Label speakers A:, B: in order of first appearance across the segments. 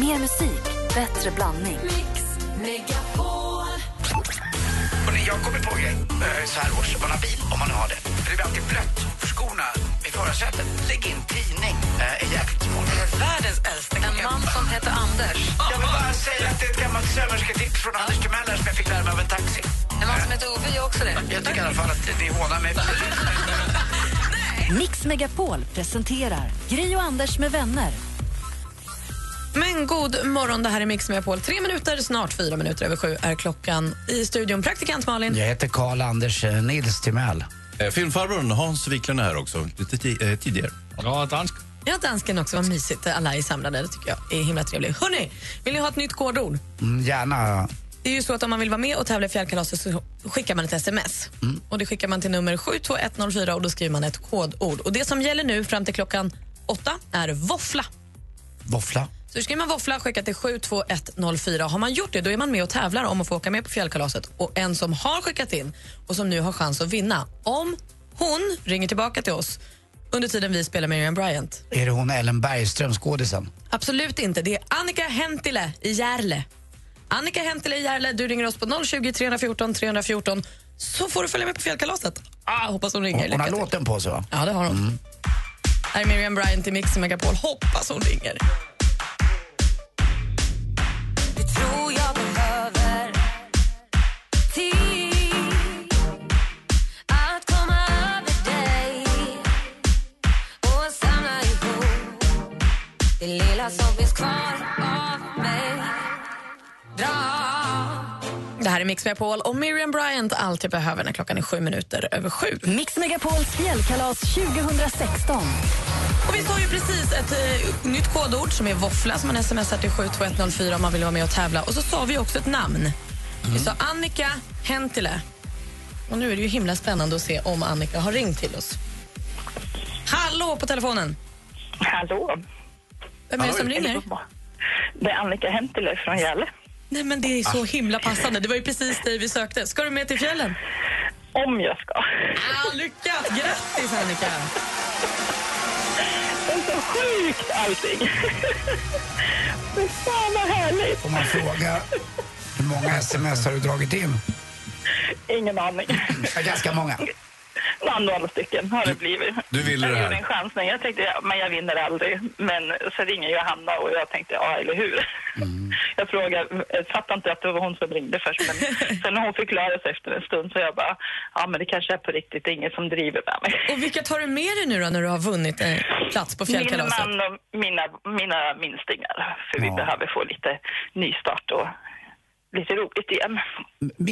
A: Mer musik, bättre blandning.
B: Mix Megapol.
C: Och det- jag kommer på en grej eh, så här års, om man har bil, om man har det. För det blir alltid blött för skorna i förarsätet. Lägg in tidning. Eh, är jäkligt smart.
D: Världens äldsta En man som heter Anders.
C: Jag vill bara säga att det är ett gammalt sömmersketips från Anders Timell som jag fick lära mig av en taxi. Eh,
D: En man som heter Ove gör också det.
C: Jag tycker i alla fall att ni hånar mig.
A: Mix Megapol presenterar Gri och Anders med vänner.
E: Men god morgon, det här är Mix Megapol. Tre minuter, snart fyra minuter över sju är klockan. I studion praktikant Malin.
C: Jag heter Karl Anders Nils Timell.
F: Eh, Filmfarbrorn Hans Wiklund är här också, lite ti- eh, tidigare.
G: Ja, dansk.
E: Ja, dansken också, vad mysigt. Alla är samlade, det tycker jag är himla trevligt. Hörrni, vill ni ha ett nytt kodord?
C: Mm, gärna.
E: Det är ju så att om man vill vara med och tävla i Fjällkalaset så skickar man ett sms. Och Det skickar man till nummer 72104 och då skriver man ett kodord. Och Det som gäller nu fram till klockan åtta är våffla.
C: Våffla.
E: Så skriver man våffla och skicka till 72104. Har man gjort det då är man med och tävlar om att få åka med på fjällkalaset. Och en som har skickat in och som nu har chans att vinna, om hon ringer tillbaka till oss under tiden vi spelar Miriam Bryant.
C: Är det hon Ellen Bergström, skådisen?
E: Absolut inte. Det är Annika Hentile i Järle. Annika Hentile i Järle, du ringer oss på 020 314 314 så får du följa med på fjällkalaset. Ah, hoppas hon ringer.
C: Hon, hon har
E: Lycka till.
C: låten på sig, va?
E: Ja, det har hon. Här är Miriam Bryant i Mix Megapol. Hoppas hon ringer.
B: Du tror jag behöver tid att komma över dig och samla ihop det lilla som finns kvar av mig. Dra
E: Det här är Mix Megapol och Miriam Bryant allt jag behöver när klockan är sju minuter över sju.
A: Mix Megapols fjällkalas 2016.
E: Och vi sa ju precis ett eh, nytt kodord som är våffla som man smsar till 72104 om man vill vara med och tävla. Och så sa vi också ett namn. Vi sa Annika Hentile. Och nu är det ju himla spännande att se om Annika har ringt till oss. Hallå på telefonen!
H: Hallå.
E: Vem är det som ringer?
H: Det är Annika Hentile från Gälle.
E: Nej men det är så himla passande. Det var ju precis dig vi sökte. Ska du med till fjällen?
H: Om jag ska.
E: Ah, lyckat! Grattis Annika!
H: Det är så sjukt allting. Fy fan vad härligt.
C: Om man frågar hur många sms har du dragit in?
H: Ingen aning.
C: Ja, ganska många.
H: Ja, Några stycken har det blivit.
F: du ville det
H: jag
F: här.
H: gjorde en chansning. Jag tänkte, ja, men jag vinner aldrig. Men så ringer ju Hanna och jag tänkte, ja eller hur.
F: Mm.
H: Jag frågade, jag fattade inte att det var hon som ringde först. Men sen när hon förklarade sig efter en stund så jag bara, ja men det kanske är på riktigt. Det är ingen som driver med mig.
E: Och vilka tar du med dig nu då när du har vunnit en plats på
H: Min
E: fjällkalaset?
H: man och mina, mina minstingar. För vi
C: Ja.
H: behöver få lite nystart och lite roligt igen.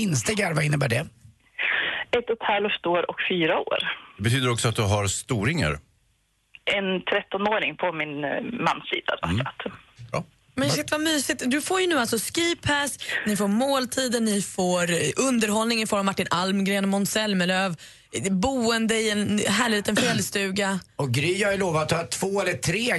C: Minstegar, vad innebär det?
H: Ett och ett halvt år och fyra år.
F: Det betyder också att du har storingar.
H: En 13-åring på min eh, mans sida. då, så att-
F: Bra.
E: Men shit vad mysigt. Du får ju nu alltså skipass, ni får måltider, ni får eh, underhållning i form av Martin Almgren och Måns Zelmerlöw, eh, boende i en härlig liten fjällstuga.
C: Och Gry har ju lovat att ha två eller tre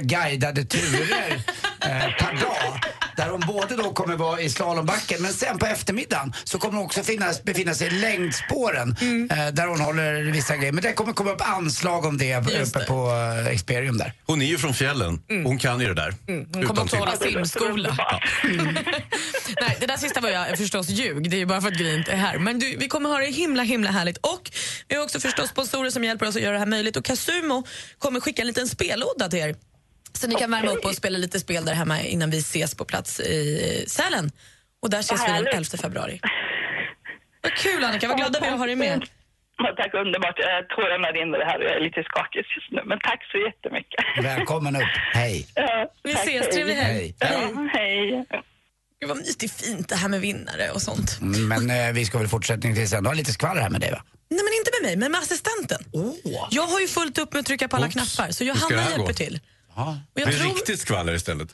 C: guidade turer eh, per dag. Där hon både då kommer vara i slalombacken men sen på eftermiddagen så kommer hon också finnas, befinna sig i längdspåren
E: Mm.
C: eh, där hon håller vissa grejer. Men det kommer komma upp anslag om det
E: Just
C: uppe
E: det.
C: på eh, Experium där.
F: Hon är ju från fjällen, hon kan ju det där.
E: Mm. Hon kommer också
F: tvivel.
E: hålla simskola. Nej, det där sista var jag förstås ljug. Det är ju bara för att Gry inte är här. Men du, vi kommer ha det himla himla härligt. Och vi har också förstås sponsorer som hjälper oss att göra det här möjligt. Och Casumo kommer skicka en liten spellåda till er. Så ni kan värma upp och spela lite spel där hemma innan vi ses på plats i Sälen. Och där ses vi den
H: härligt.
E: 11 februari. Vad kul Annika, vad glada vi är att ha dig med.
H: Ja, Tack underbart. Eh, Tårarna rinner här och jag är lite skakig just nu. Men tack så jättemycket.
C: Välkommen upp, hej.
H: Ja,
E: Vi
H: tack,
E: ses,
H: hej.
E: trevlig helg.
C: Hej.
H: Ja, hej.
E: Gud vad mysigt, det är fint det här med vinnare och sånt.
C: Mm, Men eh, vi ska väl fortsättningsvis ändå ha lite skvaller här med dig va?
E: Nej men inte med mig, men med assistenten.
C: Åh.
E: Jag har ju fullt upp med att trycka på alla knappar så
F: Hur ska det
E: Johanna
F: här
E: hjälper
F: gå?
E: till.
C: Ja.
E: Och
F: Det
E: jag
F: är
E: tror,
F: riktigt skvaller istället.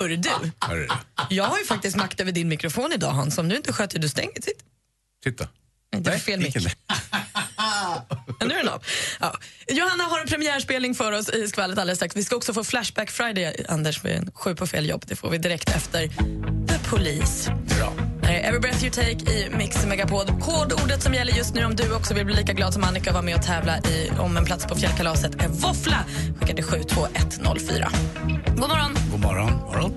E: hörru du,
F: Här är det.
E: jag har ju faktiskt makt över din mikrofon idag Hans. Om du inte sköter du stänger sitt.
F: Titta.
E: Nej, Det var fel mick.
F: vilken lätt.
E: Ja, nu är den av. Ja. Johanna har en premiärspelning för oss i skvallet alldeles strax. Vi ska också få Flashback Friday, Anders, med en sju på fel jobb. Det får vi direkt efter The Police. Bra. Every breath you take i Mix Megapod. Kodordet som gäller just nu om du också vill bli lika glad som Annika och vara med och tävla i, om en plats på fjällkalaset är våffla. Skicka till 72104. God morgon!
C: God morgon. morgon.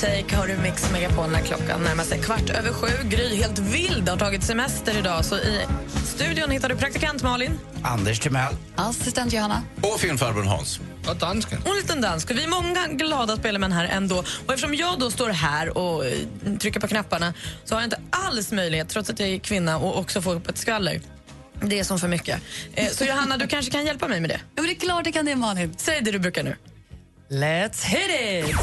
E: Take har du Mix Megapol när klockan närmar sig kvart över sju. Gry helt vild har tagit semester idag så i studion hittar du praktikant Malin
C: Anders Timell.
G: Assistent Johanna.
F: Och filmfarbrorn Hans.
I: Ja, dansken.
E: och en liten dansk. Vi är många glada spelmän här ändå. Och eftersom jag då står här och eh, trycker på knapparna så har jag inte alls möjlighet, trots att jag är kvinna, och också få upp ett skvaller. Det är som för mycket. Eh, Så Johanna, du kanske kan hjälpa mig med det?
G: Jo, det är klart det kan det, Malin.
E: Säg det du brukar nu.
G: Let's hit it!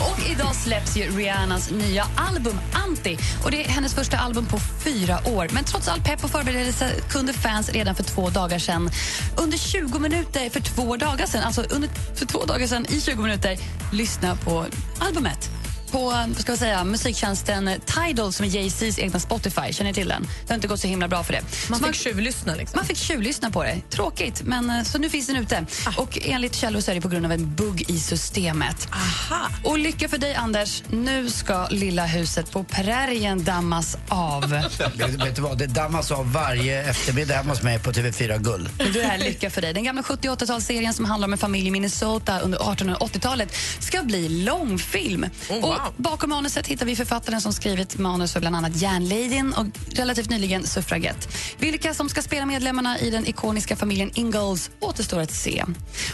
G: och idag släpps ju Rihannas nya album Anti. Och Det är hennes första album på fyra år. Men trots all pepp och förberedelse kunde fans redan för två dagar sedan under 20 minuter för två dagar sedan, alltså under, för två dagar sedan i 20 minuter lyssna på albumet på vad ska jag säga, musiktjänsten Tidal som är Jay-Z's egna Spotify. Känner ni till den? Det har inte gått så himla bra för det.
E: Man
G: Så
E: fick tjuvlyssna liksom.
G: man fick tjuvlyssna på det. Tråkigt, men eh, så nu finns den ute. Och enligt källor så är det på grund av en bugg i systemet.
E: Aha.
G: Och lycka för dig, Anders. Nu ska lilla huset på prärien dammas av.
C: Vet, vet du vad, det dammas av varje eftermiddag hemma hos mig på TV4 Guld.
G: Du är lycka för dig. Den gamla 78-talsserien som handlar om en familj i Minnesota under 1880-talet ska bli långfilm.
E: Oh, wow.
G: Och bakom manuset hittar vi författaren som skrivit manus för bland annat Järnladyn och relativt nyligen Suffragette. Vilka som ska spela medlemmarna i den ikoniska familjen Ingalls återstår att se.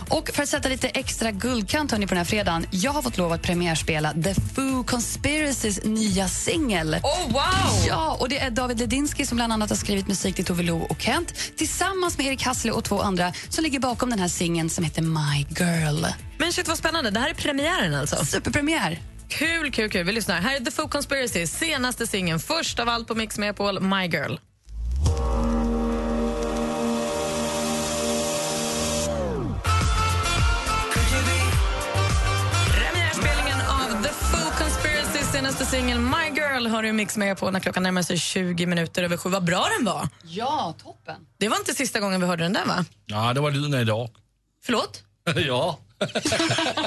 G: Och för att sätta lite extra guldkant hörni, på den här fredagen, jag har fått lov att premiärspela The Foo Conspiracys nya singel.
E: Oh wow!
G: Ja, och det är David Ledinski som bland annat har skrivit musik till Tove Lo och Kent tillsammans med Erik Hassle och två andra som ligger bakom den här singeln som heter My Girl.
E: Men shit vad spännande, det här är premiären alltså.
G: Superpremiär!
E: Kul, kul, kul. Vi lyssnar. Här är The Foo Conspiracy, senaste singeln. Först av allt på Mix Megapol, My Girl. Premiärspelningen av The Foo Conspiracy, senaste singeln My Girl har du Mix Megapol när klockan närmar sig 20 minuter över sju. Vad bra den var!
G: Ja, toppen!
E: Det var inte sista gången vi hörde den där, va?
I: Ja, det var lyden av idag.
E: Förlåt?
I: ja.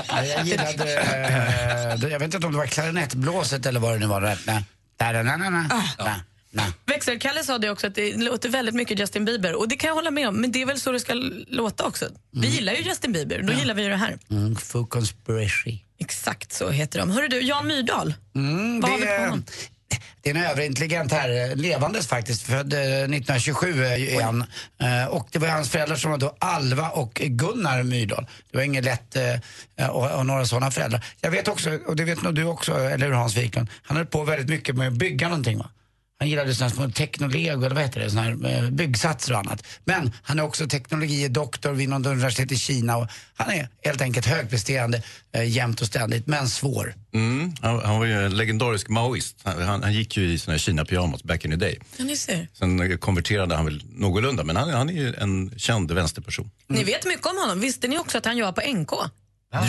C: Ja, Jag gillade, eh, det- jag vet inte om det var klarinettblåset eller vad det nu var. Nej, nej. Da-da-na-na-na. Nej, nej.
E: Växelkalle sa det också att det låter väldigt mycket Justin Bieber och det kan jag hålla med om men det är väl så det ska l- låta också. Vi gillar ju Justin Bieber, då gillar vi ju det här.
C: Mm, Foo Conspiracy.
E: Exakt så heter de. Hörru du, Jan Myrdal.
C: Mm,
E: Vad har vi på
C: det,
E: honom?
C: det är en överintelligent här, levandes faktiskt, född eh, 1927 är han. Eh, Och det var hans föräldrar som var då Alva och Gunnar Myrdal. Det var inget lätt eh, eh, och, och några sådana föräldrar. Jag vet också, och det vet nog du också, eller hur Hans Wiklund, han höll på väldigt mycket med att bygga någonting va? Han gillade sådana små teknolego, eller vad heter det, såna här eh, byggsatser och annat. Men han är också teknologidoktor vid något universitet i Kina och han är helt enkelt högpresterande eh, jämt och ständigt, men svår.
F: Mm, han, han var ju en legendarisk maoist. Han, han, han gick ju i sina Kina-pyjamas back in the day.
E: Ja, ni ser.
F: Sen eh, konverterade han väl någorlunda, men han, han är ju en känd vänsterperson.
E: Ni vet mycket om honom. Visste ni också att han jobbar på NK?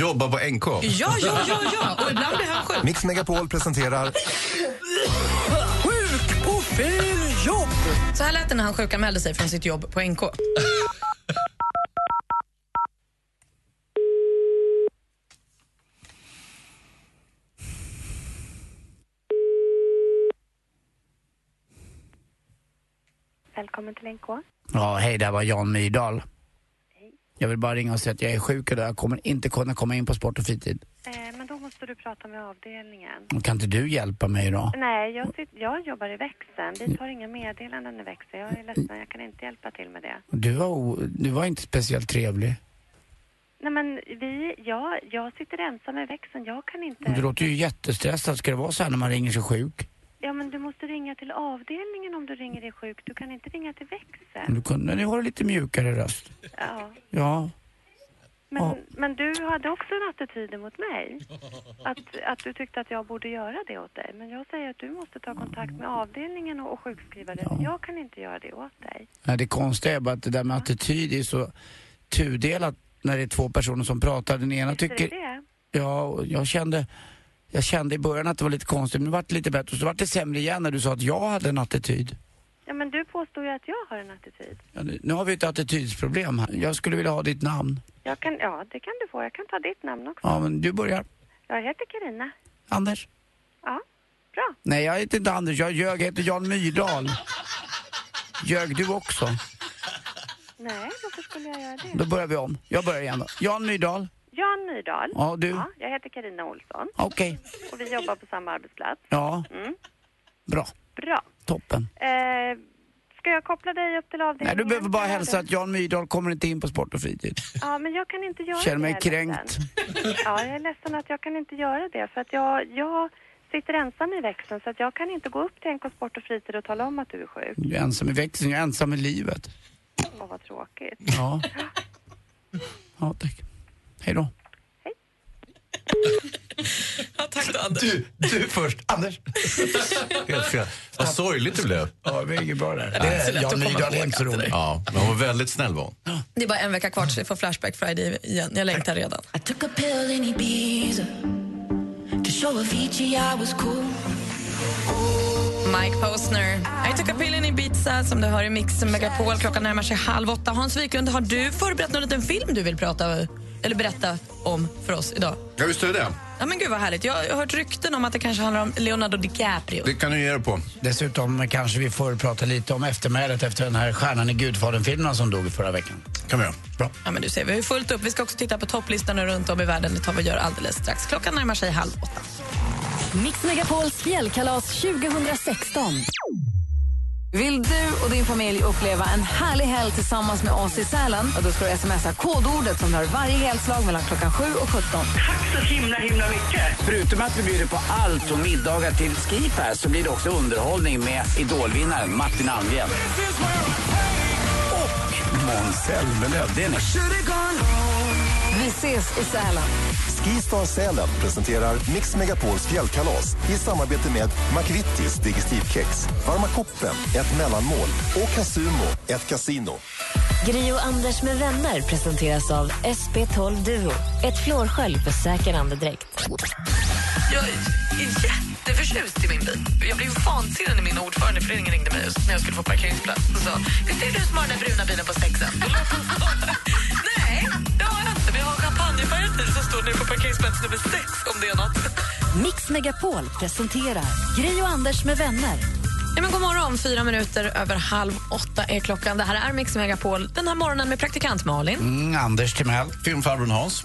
F: Jobbar på NK.
E: Ja, ja, ja, ja. Och ibland blir han sjuk.
J: Mix Megapol presenterar
E: Så här lät det när han sjukanmälde sig från sitt jobb på NK.
K: Välkommen till Eh, NK.
C: Ja, hej, det här var Jan Myrdal. Jag vill bara ringa och säga att jag är sjuk idag. Jag kommer inte kunna komma in på sport och fritid.
K: Eh, men då måste du prata med avdelningen.
C: Och Kan inte du hjälpa mig idag?
K: Nej, jag, sit- jag jobbar i växeln. Vi tar inga meddelanden i växeln. Jag är ledsen, jag kan inte hjälpa till med det.
C: Du var, o... du var inte speciellt trevlig.
K: Nej, men vi, jag, jag sitter ensam i växeln. Jag kan
C: Du
K: inte...
C: låter ju jättestressad. Ska det vara så här när man ringer sig sjuk?
K: Ja, men du måste ringa till avdelningen om du ringer dig sjuk. Du kan inte ringa till växeln.
C: Du kunde ju ha lite mjukare röst.
K: Ja.
C: Ja.
K: Men,
C: Ja.
K: men du hade också en attityd mot mig. Att, att du tyckte att jag borde göra det åt dig. Men jag säger att du måste ta kontakt med avdelningen och, och sjukskriva dig. Jag kan inte göra det åt dig.
C: Nej, det konstiga är bara att det där med attityd är så tudelat när det är två personer som pratar. Den ena
K: Visst är
C: tycker...
K: det det?
C: Ja, och jag kände, jag kände i början att det var lite konstigt, men det vart lite bättre. Och så vart det sämre igen när du sa att jag hade en attityd.
K: Ja, men du påstår ju att jag har en attityd.
C: Ja, nu- nu har vi ett attitydsproblem här. Jag skulle vilja ha ditt namn.
K: Jag kan, ja, det kan du få. Jag kan ta ditt namn också.
C: Ja, men du börjar.
K: Jag heter Karina.
C: Anders.
K: Ja, bra.
C: Nej, jag heter inte Anders. Jag ljög. Jag heter Jan Myrdal. Ljög du också?
K: Nej, varför skulle jag göra det?
C: Då börjar vi om. Jag börjar igen då. Jan Myrdal.
K: Jan Myrdal.
C: Ja, du.
K: jag heter Karina Olsson.
C: Okej.
K: Och vi jobbar på samma arbetsplats.
C: Ja,
K: Mm,
C: bra.
K: bra.
C: Toppen.
K: Eh, ska jag koppla dig upp till
C: Nej,
K: avdelningen?
C: du behöver bara hälsa att Jan Myrdal kommer inte in på Sport och fritid.
K: Ja, men jag kan inte göra
C: Känner mig
K: det. jag är
C: kränkt.
K: ledsen. Ja, jag är ledsen att jag kan inte göra det. För att jag, jag sitter ensam i växeln så att jag kan inte gå upp till NK Sport och fritid och tala om att du är sjuk.
C: Jag är ensam i växeln, jag är ensam i livet.
K: Åh, vad tråkigt.
C: Ja. Ja, tack. Hej då.
E: tack då, Anders.
F: Du, du först. Anders. Helt fel. Vad sorgligt det blev.
C: Ja, det är inget bra där.
E: Det är så lätt att komma ihåg
C: inte så rolig.
F: Ja, men hon var väldigt snäll var hon.
E: Det är bara en vecka kvar så vi får Flashback Friday igen. Jag längtar redan.
B: I took a pill in Ibiza to show Avicii I was cool.
E: Mike Posner. I took a pill in Ibiza som du hör i Mixen Megapol. Klockan närmar sig halv åtta. Hans Wiklund, har du förberett någon liten film du vill prata eller berätta om för oss idag?
F: Ja, visst är det.
E: Ja, men gud vad härligt. Jag har hört rykten om att det kanske handlar om Leonardo DiCaprio.
F: Det kan du ge dig på.
C: Dessutom kanske vi får prata lite om eftermälet efter den här Stjärnan i Gudfadern-filmen som dog förra veckan.
F: kan vi göra.
C: Bra.
E: Ja, men du ser, vi har ju fullt upp. Vi ska också titta på topplistorna runt om i världen. Det tar vi och gör alldeles strax. Klockan närmar sig halv åtta.
A: Mix Megapols fjällkalas 2016.
D: Vill du och din familj uppleva en härlig helg tillsammans med oss i Sälen? Och då ska du smsa kodordet som hör varje helslag mellan klockan 7 och 17.
J: så himla, himla mycket.
L: Förutom att vi bjuder på allt och middagar till Skipar så blir det också underhållning med idolvinnaren Martin Almgren. Och Måns Zelmerlöw. Det är ni.
D: Vi ses i Sälen.
M: Skistar Sälen presenterar Mix Megapols fjällkalas i samarbete med McVittys Digestivkex, Varma koppen, ett mellanmål och Casumo, ett kasino.
N: Gri och Anders med vänner presenteras av SP12 Duo. Ett flårskölj för säker andedräkt.
D: Jag är jätteförtjust i min bil. Jag blev vansinnig när min ordförande i föreningen ringde mig just när jag skulle få parkeringsplats och sa Visst är det du som har den där bruna bilen på sexan? Då låg hon så här, Nej, det har jag inte. Men jag har en champagnefärgad bil som står nere på parkeringsplats nummer sex om det är något.
A: Mix Megapol presenterar Gri och Anders med vänner.
E: Ja, men god morgon! Fyra minuter över halv åtta är klockan. Det här är Mix Megapol den här morgonen med praktikant Malin.
C: Mm, Anders Timell.
F: Filmfarbrorn Hans.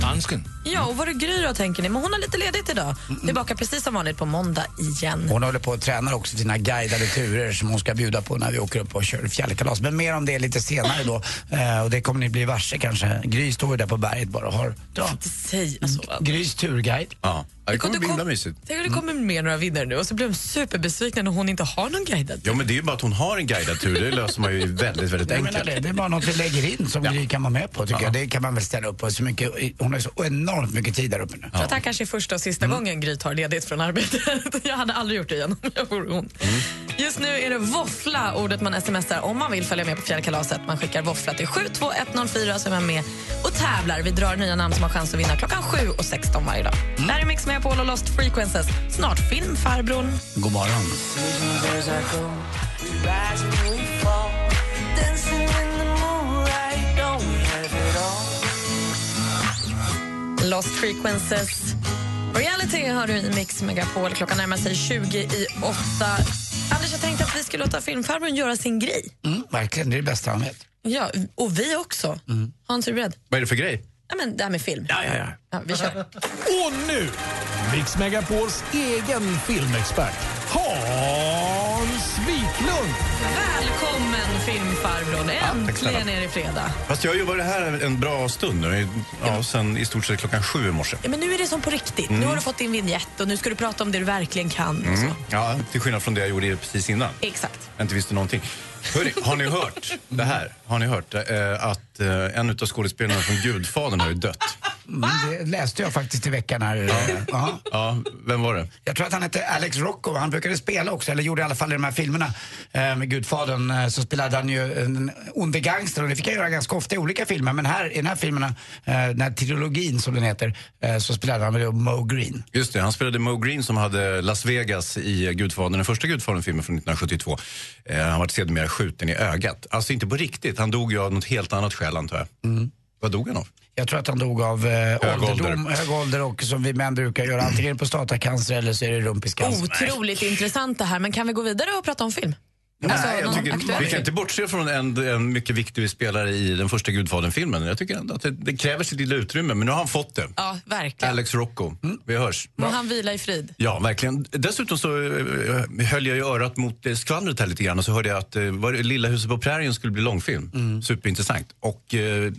I: Dansken.
E: Ja, och vad det Gry då tänker ni? Men hon har lite ledigt idag. Tillbaka precis som vanligt på måndag igen.
C: Hon håller på och tränar också sina guidade turer som hon ska bjuda på när vi åker upp och kör fjällkalas. Men mer om det lite senare då. Eh, och det kommer ni bli varse kanske. Gry står ju där på berget bara och har... Dra.
E: Säg alltså. va?
C: Grys turguide.
F: Ja, det kommer bli himla mysigt. Mm.
E: Tänk om det kommer mer några vinnare nu och så blir de superbesvikna när hon inte har någon guidad.
F: Ja, men det är ju bara att hon har en guidad tur. Det löser man ju väldigt, väldigt
C: Jag menar
F: enkelt.
C: det, det är bara något vi lägger in som Gry kan vara med på tycker jag. Det kan man väl ställa upp på. Så mycket, hon har ju så enormt mycket tid där uppe nu.
E: Så att det här kanske är första och sista
F: Mm.
E: gången Gry tar ledigt från arbetet. Jag hade aldrig gjort det igen om jag vore hon.
F: Mm.
E: Just nu är det våffla, ordet man smsar om man vill följa med på fjällkalaset. Man skickar våffla till 72104 så är man med och tävlar. Vi drar nya namn som har chans att vinna klockan 7 och 16 varje dag.
F: Mm.
E: Där är Mix Megapol och Lost Frequences. Snart filmfarbrorn.
C: God morgon.
E: Lost Frequences. Reality har du i Mix Megapol. Klockan närmar sig 20 i åtta. Anders, jag tänkte att vi skulle låta filmfarbrorn göra sin grej.
C: Mm, verkligen, det är det bästa han vet.
E: Ja, och vi också.
F: Mm.
E: Hans, är du beredd?
F: Vad är det för grej?
E: Ja, men det här med film.
C: Ja, ja, ja.
E: vi kör.
O: Och nu, Mix Megapols egen filmexpert Hans Wiklund.
E: Välkommen filmfarbrorn.
F: snälla.
E: Äntligen är det fredag.
F: Fast jag jobbar här en bra stund nu. Ja, sen i stort sett klockan sju i morse.
E: Ja, men nu är det som på riktigt. Nu
F: Mm.
E: har du fått din vignett och nu ska du prata om det du verkligen kan. och
F: Mm.
E: så.
F: Ja, till skillnad från det jag gjorde precis innan.
E: Exakt.
F: Jag inte visste någonting. Hörrni, har ni hört det här? Har ni hört eh, att eh, en av skådespelarna från Gudfadern har ju dött?
C: Mm, det läste jag faktiskt i veckan här. Eh, ja.
F: Ja, vem var det?
C: Jag tror att han hette Alex Rocco. Han brukade spela också, eller gjorde i alla fall i de här filmerna eh, med Gudfadern. eh, Så spelade han ju en onde gangster och det fick han göra ganska ofta i olika filmer. Men här, i den här filmerna, eh, den här trilogin som den heter, eh, så spelade han väl då Mo Green.
F: Just det, han spelade Mo Green som hade Las Vegas i Gudfadern, den första Gudfadern-filmen från 1972. Eh, han var sedermera skjuten i ögat. Alltså inte på riktigt, han dog ju av något helt annat skäl antar jag.
G: Mm.
F: Vad dog han av?
C: Jag tror att han dog av eh,
F: Hög ålder.
C: ålderdom, hög ålder och som vi män brukar göra,
F: Alltså,
C: antingen prostatacancer eller så är det rumpiscancer.
E: Otroligt intressant det här. Men kan vi gå vidare och prata om film?
F: Nej,
G: Alltså,
F: jag
G: någon
F: tycker,
G: aktuell?
F: vi kan inte bortse från en, en mycket viktig spelare i den första Gudfadern-filmen. Jag tycker ändå att det, det kräver sitt lilla utrymme, men nu har han fått det.
E: Ja, verkligen.
F: Alex Rocco,
G: Mm.
F: vi hörs.
E: Må han vila i frid.
F: Ja, verkligen. Dessutom så eh, höll jag ju örat mot eh, skvallret här lite grann och så hörde jag att eh, var det Lilla huset på prärien skulle bli långfilm. Superintressant. Och eh,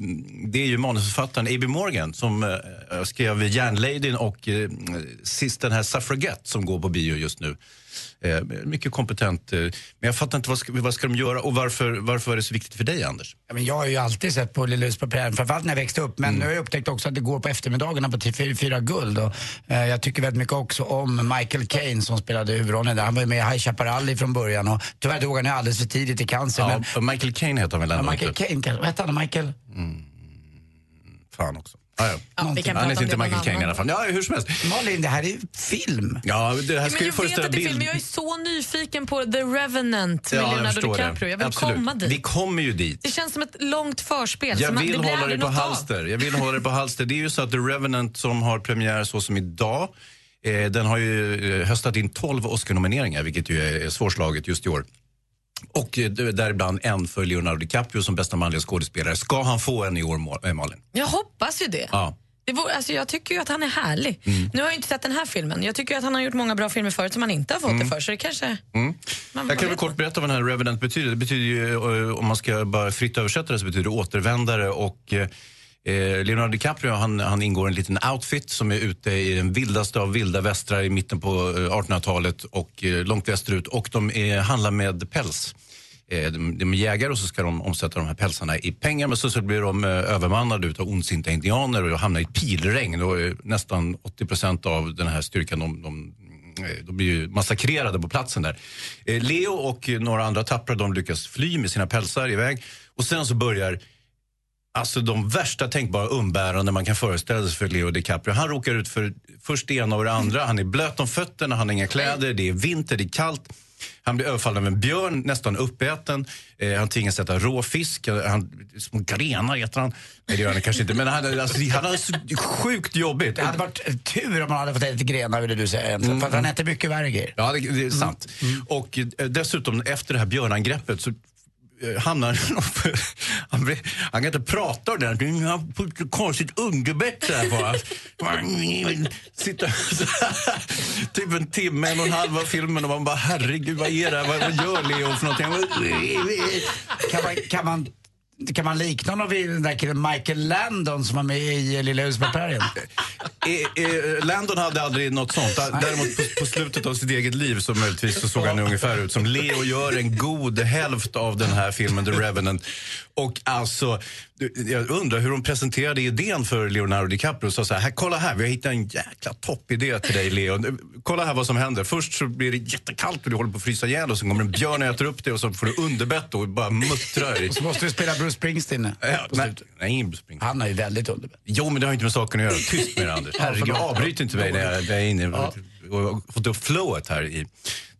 F: det är ju manusförfattaren A.B. Morgan som eh, skrev Järnladyn och eh, sist den här Suffragette som går på bio just nu. Eh, mycket kompetent. Eh, men jag fattar inte vad ska, vad ska de göra och varför, varför är det så viktigt för dig Anders?
C: Ja, men jag har ju alltid sett på Lilla huset på prärien, framförallt när jag växte upp.
F: Mm.
C: Men nu har jag upptäckt också att det går på eftermiddagarna på TV4 Guld. Och, eh, jag tycker väldigt mycket också om Michael Caine som spelade huvudrollen där. Han var ju med i High Chaparral från början och tyvärr dog han ju alldeles för tidigt i cancer.
F: Ja,
C: men,
F: och Michael Caine heter han väl
C: ja,
F: ändå?
C: Michael
F: inte?
C: Caine, kanske- vad hette han? Michael?
F: Fan också. Ah, ja.
C: Ja, vi kan prata
F: han heter
C: om
F: inte
C: det någon
F: Michael Caine i
C: annan
F: alla fall. Ja, hur som helst.
C: Malin, det här är film.
F: Ja, det här
E: Men
F: ska ju
E: jag vet
F: föreställa
E: att det är
F: bild...
E: film, men jag är så nyfiken på The Revenant med Leonardo
F: förstår det.
E: DiCaprio. Jag vill
F: Absolut.
E: komma dit.
F: Vi kommer ju dit.
E: Det känns som ett långt förspel.
F: Jag
E: som
F: vill
E: det blir
F: hålla det
E: aldrig
F: på
E: något av.
F: halster. Jag vill hålla det på halster. Det är ju så att The Revenant som har premiär så som idag, eh, den har ju eh, höstat in 12 Oscar-nomineringar, vilket ju är svårslaget just i år. Och eh, däribland en för Leonardo DiCaprio som bästa manliga skådespelare. Ska han få en i år, Ma- eh, Malin?
E: Jag hoppas ju det.
F: Ja. Mm.
E: det vore, alltså jag tycker ju att han är härlig. Nu har jag inte sett den här filmen. Jag tycker ju att han har gjort många bra filmer förut som han inte har fått det för. Så det kanske...
F: Mm.
E: Man-
F: Jag kan
E: man
F: väl
E: vet
F: kort berätta vad den här Revenant betyder. Det betyder ju, eh, om man ska bara fritt översätta det, så betyder det återvändare och eh, eh, Leonardo DiCaprio han, han ingår i en liten outfit som är ute i den vildaste av vilda västrar i mitten på eh, 1800-talet och eh, långt västerut och de eh, handlar med päls. Eh, De, de är jägare och så ska de omsätta de här pälsarna i pengar men så, så blir de eh, övermannade utav ondsinta indianer och hamnar i pilregn och eh, nästan 80 av den här styrkan de, de Eh, de blir ju massakrerade på platsen där. Eh, Leo och eh, några andra tappra de lyckas fly med sina pälsar iväg. Och sen så börjar alltså de värsta tänkbara umbäranden man kan föreställa sig för Leo DiCaprio. Han råkar ut för först det ena och det andra. Han är blöt om fötterna, han har inga kläder, det är vinter, det är kallt. Han blir överfallen av en björn, nästan uppäten. Eh, han tvingas äta råfisk. eh, Han, små grenar äter han. Nej, det gör han kanske inte. Men han, alltså, han har så sjukt jobbigt.
C: Det hade varit tur om man hade fått äta lite grenar ville du säga egentligen. För att
F: Mm.
C: han äter mycket värre grejer.
F: Ja, det, det är sant. Och eh, dessutom efter det här björnangreppet så eh, hamnar han uppe- han, blir- han kan inte prata ordentligt. Han har fått ett konstigt underbett där bara. Sitter så här, typ en timme, en och en halv av filmen och man bara herregud vad är det här? Vad, vad gör Leo för någonting?
C: Kan man, kan man, kan man likna honom vid den där killen Michael Landon som var med i Lilla huset på prärien?
F: Eh, eh, Landon hade aldrig något sånt. Dä- Däremot på, på slutet av sitt eget liv så möjligtvis så såg han ungefär ut som Leo gör en god hälft av den här filmen The Revenant. Och alltså, du, jag undrar hur de presenterade idén för Leonardo DiCaprio. Sa så här, här, kolla här, vi har hittat en jäkla toppidé till dig Leo. Nu, Kolla här vad som händer. Först så blir det jättekallt och du håller på att frysa ihjäl och sen kommer en björn och äter upp dig och så får du underbett och bara muttrar. i-
C: Och så måste du spela Bruce Springsteen. nu.
F: Ja, nej, nej, Bruce Springsteen.
C: Han är ju väldigt underbett.
F: Jo, men det har ju inte med saken att göra. Tyst med det, Anders.
C: Ja,
F: Herregud,
C: förlåt.
F: avbryt inte mig när jag när jag är inne och har fått upp flowet här i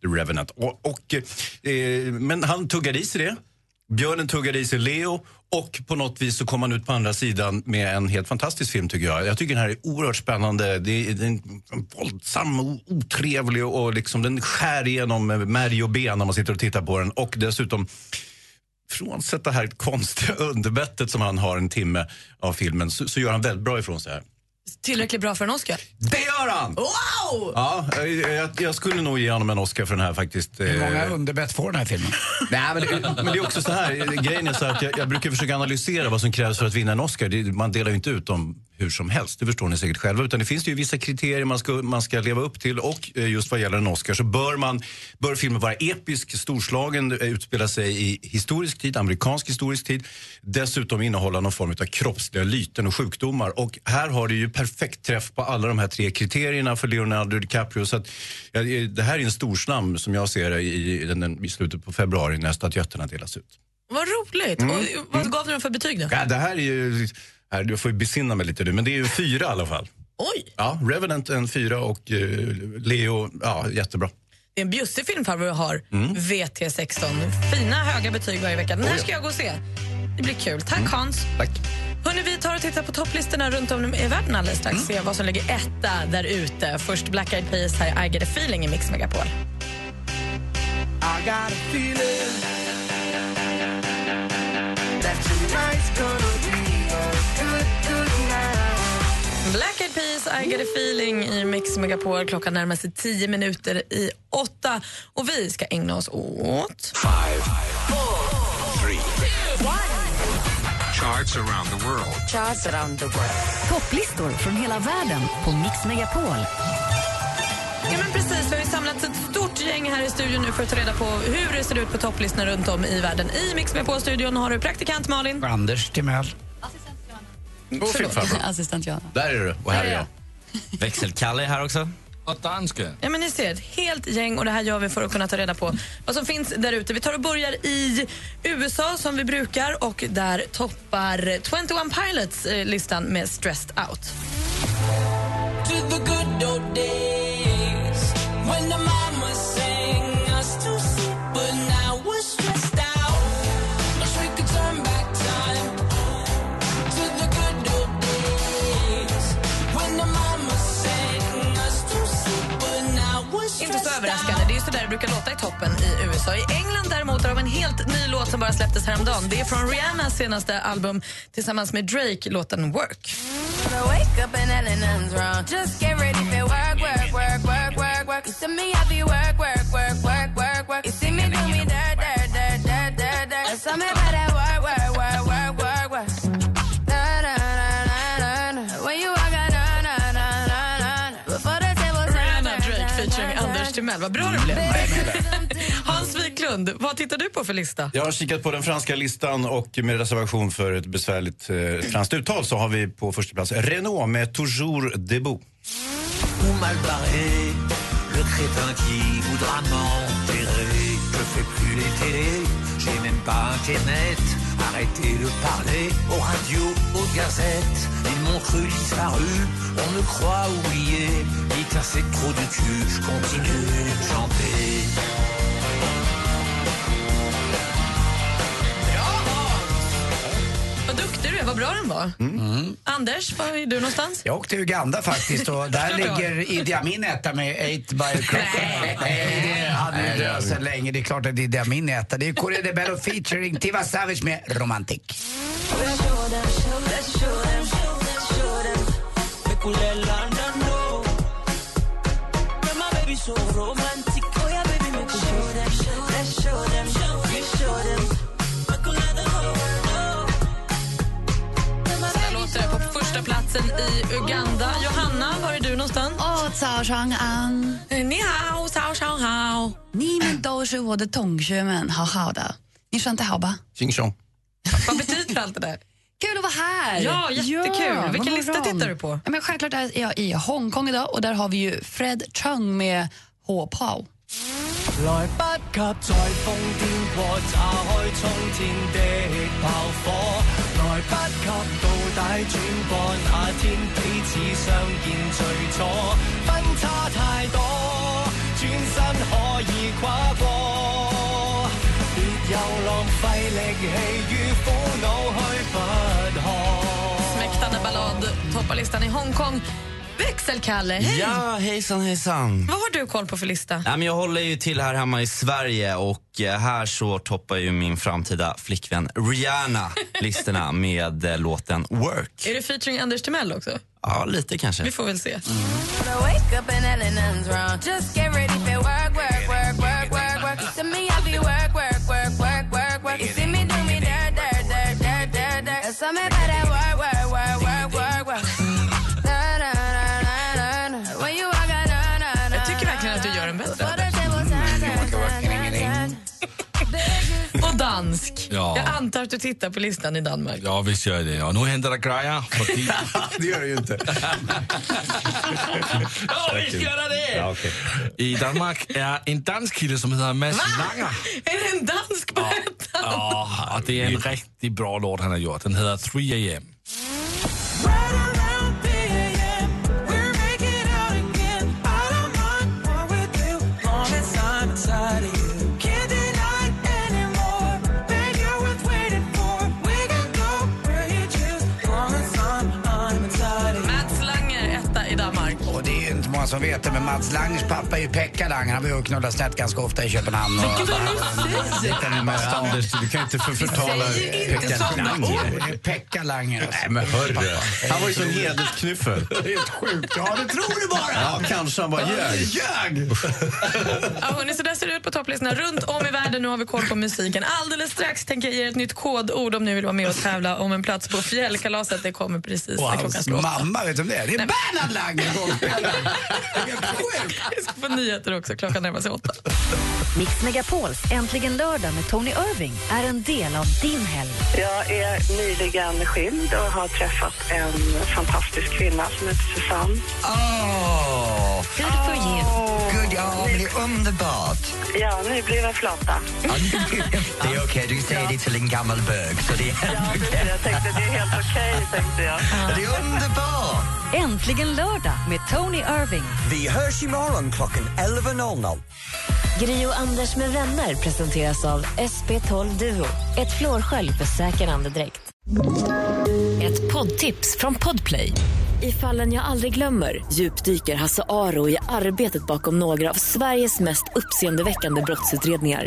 F: The Revenant. Och, och, eh, men han tuggade i sig det. Björnen tuggade i sig Leo och på något vis så kom han ut på andra sidan med en helt fantastisk film tycker jag. Jag tycker den här är oerhört spännande. Det är, det är en våldsam och otrevlig och liksom den skär igenom eh, märg och ben när man sitter och tittar på den. Och dessutom frånsett det här konstiga underbettet som han har en timme av filmen så, så gör han väldigt bra ifrån sig här.
E: Tillräckligt bra för en Oscar.
F: Det gör han!
E: Wow!
F: Ja, jag, jag, jag skulle nog ge honom en Oscar för den här faktiskt.
C: Hur många
F: Eh,
C: underbett får den här filmen?
F: Nej, men, det, men det är också så här, eh, grejen är så här att jag, jag brukar försöka analysera vad som krävs för att vinna en Oscar. Det, man delar ju inte ut dem hur som helst, det förstår ni säkert själva. Utan det finns ju vissa kriterier man ska, man ska leva upp till och eh, just vad gäller en Oscar så bör, man, bör filmen vara episk, storslagen, eh, utspela sig i historisk tid, amerikansk historisk tid. Dessutom innehålla någon form av kroppsliga lyten och sjukdomar. Och här har det ju perfekt träff på alla de här tre kriterierna för Leonardo DiCaprio. Så att, ja, det här är en storslam som jag ser det, i, i, den- i slutet på februari när Statyetterna delas ut.
E: Vad roligt.
F: Mm.
E: Och, vad gav ni dem för betyg då?
F: Ja, det här är ju... Här, du får ju besinna mig lite nu, men det är ju en fyra i alla fall.
E: Oj,
F: Ja, Revenant en fyra och eh, Leo, ja jättebra.
E: det är en bjussig filmfarbror jag har.
F: Mm.
E: VT16. Fina höga betyg varje vecka. Den här
F: Oj. Mm.
E: ska jag gå och se. Det blir kul. Tack Hans.
F: Tack.
E: Hörrni, vi tar och tittar på topplistorna runt om i världen alldeles strax. Se vad som ligger etta där ute. Först Black Eyed Peas här, I get a feeling i Mix Megapol.
C: I
P: I got a feeling that tonight's gonna be a good, good night.
E: Black Eyed Peas, I get a feeling i Mix Megapol. Klockan närmar sig 10 minuter i åtta och vi ska ägna oss åt...
Q: Five, three, charts around the world.
A: Topplistor från hela världen på Mix Megapol.
E: Ja, men precis. Vi har ju samlat ett stort gäng här i studion nu för att ta reda på hur det ser ut på topplistorna runt om i världen. I Mix Megapol-studion har du praktikant Malin.
C: Anders Timell.
E: Och Förlåt.
I: fittfarbror.
G: Assistent Johanna.
I: Där är du och
E: här är jag.
R: Växelkalle är här också.
I: Och danske.
E: Ja, men ni ser, ett helt gäng och det här gör vi för att kunna ta reda på vad som finns där ute. Vi tar och börjar i USA som vi brukar och där toppar 21 Pilots eh, listan med Stressed Out.
P: To the good old days when the mama sang us to sleep, but now we're stressed out. Wish we could turn back time to the good old days when the mama sang us to sleep, but now we're
E: Inte så
P: stressed
E: överraskande, det är ju så där det brukar låta i toppen i USA. I England däremot har de en helt ny låt som bara släpptes häromdagen. Det är från Rihannas senaste album tillsammans med Drake, låten Work.
S: I wake up and nothing- nothing's wrong. Just get ready for work, work, work, work, work, work. You see me, I be work, work, work, work, work, work. You see me do me dirt, dirt, dirt, dirt, dirt, dirt. There's something about that work, work, work, work, work, work. Da, da, da, da, da, da. When you walk out, da, da, da, da, da, da. Before the table's
E: Rihanna Drake featuring Anders Timell. Vad bra det blev. Hans Wiklund, vad tittar du på för lista?
F: Jag har kikat på den franska listan och med reservation för ett besvärligt eh, franskt uttal så har vi på första plats Renault med Toujours debout.
J: Ou mal barré, le crétin qui voudra m'enterrer. Je fais plus les télés, j'ai même pas internet. Arrêtez de parler aux radios, aux gazettes. Ils m'ont cru disparu, on me croit oublié. Putain, c'est trop de cul, je continue de chanter.
E: Vad duktig du är, vad bra den var. Anders, var är du någonstans?
C: Jag åkte till Uganda faktiskt och där ligger Idi Amin etta med 8 by Croco. Nej, han är ju död sedan länge. Det är klart att Idi Amin är etta. Det är Corée de Bello featuring Tiva Savage med Romantic.
E: Så här låter det på första platsen i Uganda. Johanna, var är du någonstans?
G: Åh, Cao Chang An.
E: Eh, Ni hao, Cao Chang Hao.
G: Ni men då så var det tångsjömän. Hao hao da. Ni skönt det hao ba.
F: Ching chong.
E: Vad betyder allt det där?
G: Kul att vara här!
E: Ja, jättekul.
G: vad
E: Vilken
G: bra.
E: lista tittar du på?
G: Ja, men självklart är jag i Hongkong idag och där har vi ju Fred Chung med Ho Pao.
P: 來不及再瘋癲過，炸開衝天的炮火。來不及到底轉過那天彼此相見最初，分差太多，轉身可以跨過。別又浪費力氣與苦惱去拔河。
E: Mäktande ballad toppar listan i Hongkong. Växelkalle, hej!
R: Ja, Ah, hejsan hejsan.
E: Vad har du koll på för lista?
R: Nej, men jag håller ju till här hemma i Sverige och eh, här så toppar ju min framtida flickvän Rihanna listorna med eh, låten Work.
E: Är det featuring Anders Timell också?
R: Ja, lite kanske.
E: Vi får väl se.
S: I wake up and nothing- nothing's wrong. Just get ready for work, work, work, work, work, work. You see me, I be work, work, work, work, work, work. You see me do me dirt, dirt, dirt, dirt, dirt, dirt. There's something about that work, work, work, work, work, work. Da, da, da, da, da, da. When you walk out, da, da, da,
E: Jag tycker
S: da,
E: verkligen att du gör den
S: da,
E: bättre.
S: da, da, da,
E: Och dansk.
I: Mm. Ja.
E: Jag antar att du tittar på listan i Danmark.
I: Ja, visst gör jag det. Och nu händer det grejer. Fordi...
F: Ah, det gör det ju inte.
I: ja, visst gör det det!
F: Ja, okej.
I: I Danmark är en dansk kille som heter Mads Langer.
E: Är det en dansk på ettan?
I: Ja, och det är en riktigt bra låt han har gjort. Den heter 3 AM.
E: Mats Langer, etta i Danmark.
C: Och det är ju inte många som vet det, men Mats Langs pappa är ju Pekka Lang. Han var ju och knullade snett ganska ofta i Köpenhamn.
F: Men gud, vad ni säger.
C: Lite närmare stan.
F: Anders, du kan inte för- Vi förtala säger inte Pekka sådana Lang. ord.
C: Pekka Lang. alltså.
F: Nej men hörru, han var ju sån hedersknuffel.
C: Helt sjukt. Ja, det tror du bara.
F: Ja, kanske han bara ljög.
C: Ljög!
E: Ja, hörni, så där ser det ut på topplistorna runt om i världen. Nu har vi koll på musiken. Alldeles strax tänker jag ge er ett nytt kodord om ni vill vara med och tävla om en plats på fjällkalaset. Det kommer precis
C: Och
E: när klockan
C: hans
E: slår åtta.
C: mamma, vet du vem det är? Det är Bernhard Lang!
E: Vi ska få nyheter också. Klockan närmar sig åtta.
A: Mix Megapols Äntligen lördag med Tony Irving är en del av din helg.
K: Jag är nyligen skild och har träffat en fantastisk kvinna som heter Susanne.
T: Åh!
K: Good for you.
T: Good, ja, men det är underbart.
K: Ja, nu blir jag flata.
T: Det är okej, du säger det till en gammal bög. Så det är...
K: Ja, precis. Jag tänkte det är helt okej, tänkte jag.
T: Det är underbart!
A: Äntligen lördag med Tony Irving.
J: Vi hörs imorgon klockan 11.00.
N: Gri och Anders med vänner presenteras av SP12 Duo. Ett flårskölj för säker andedräkt. Ett poddtips från Podplay. I fallen jag aldrig glömmer djupdyker Hasse Aro i arbetet bakom några av Sveriges mest uppseendeväckande brottsutredningar.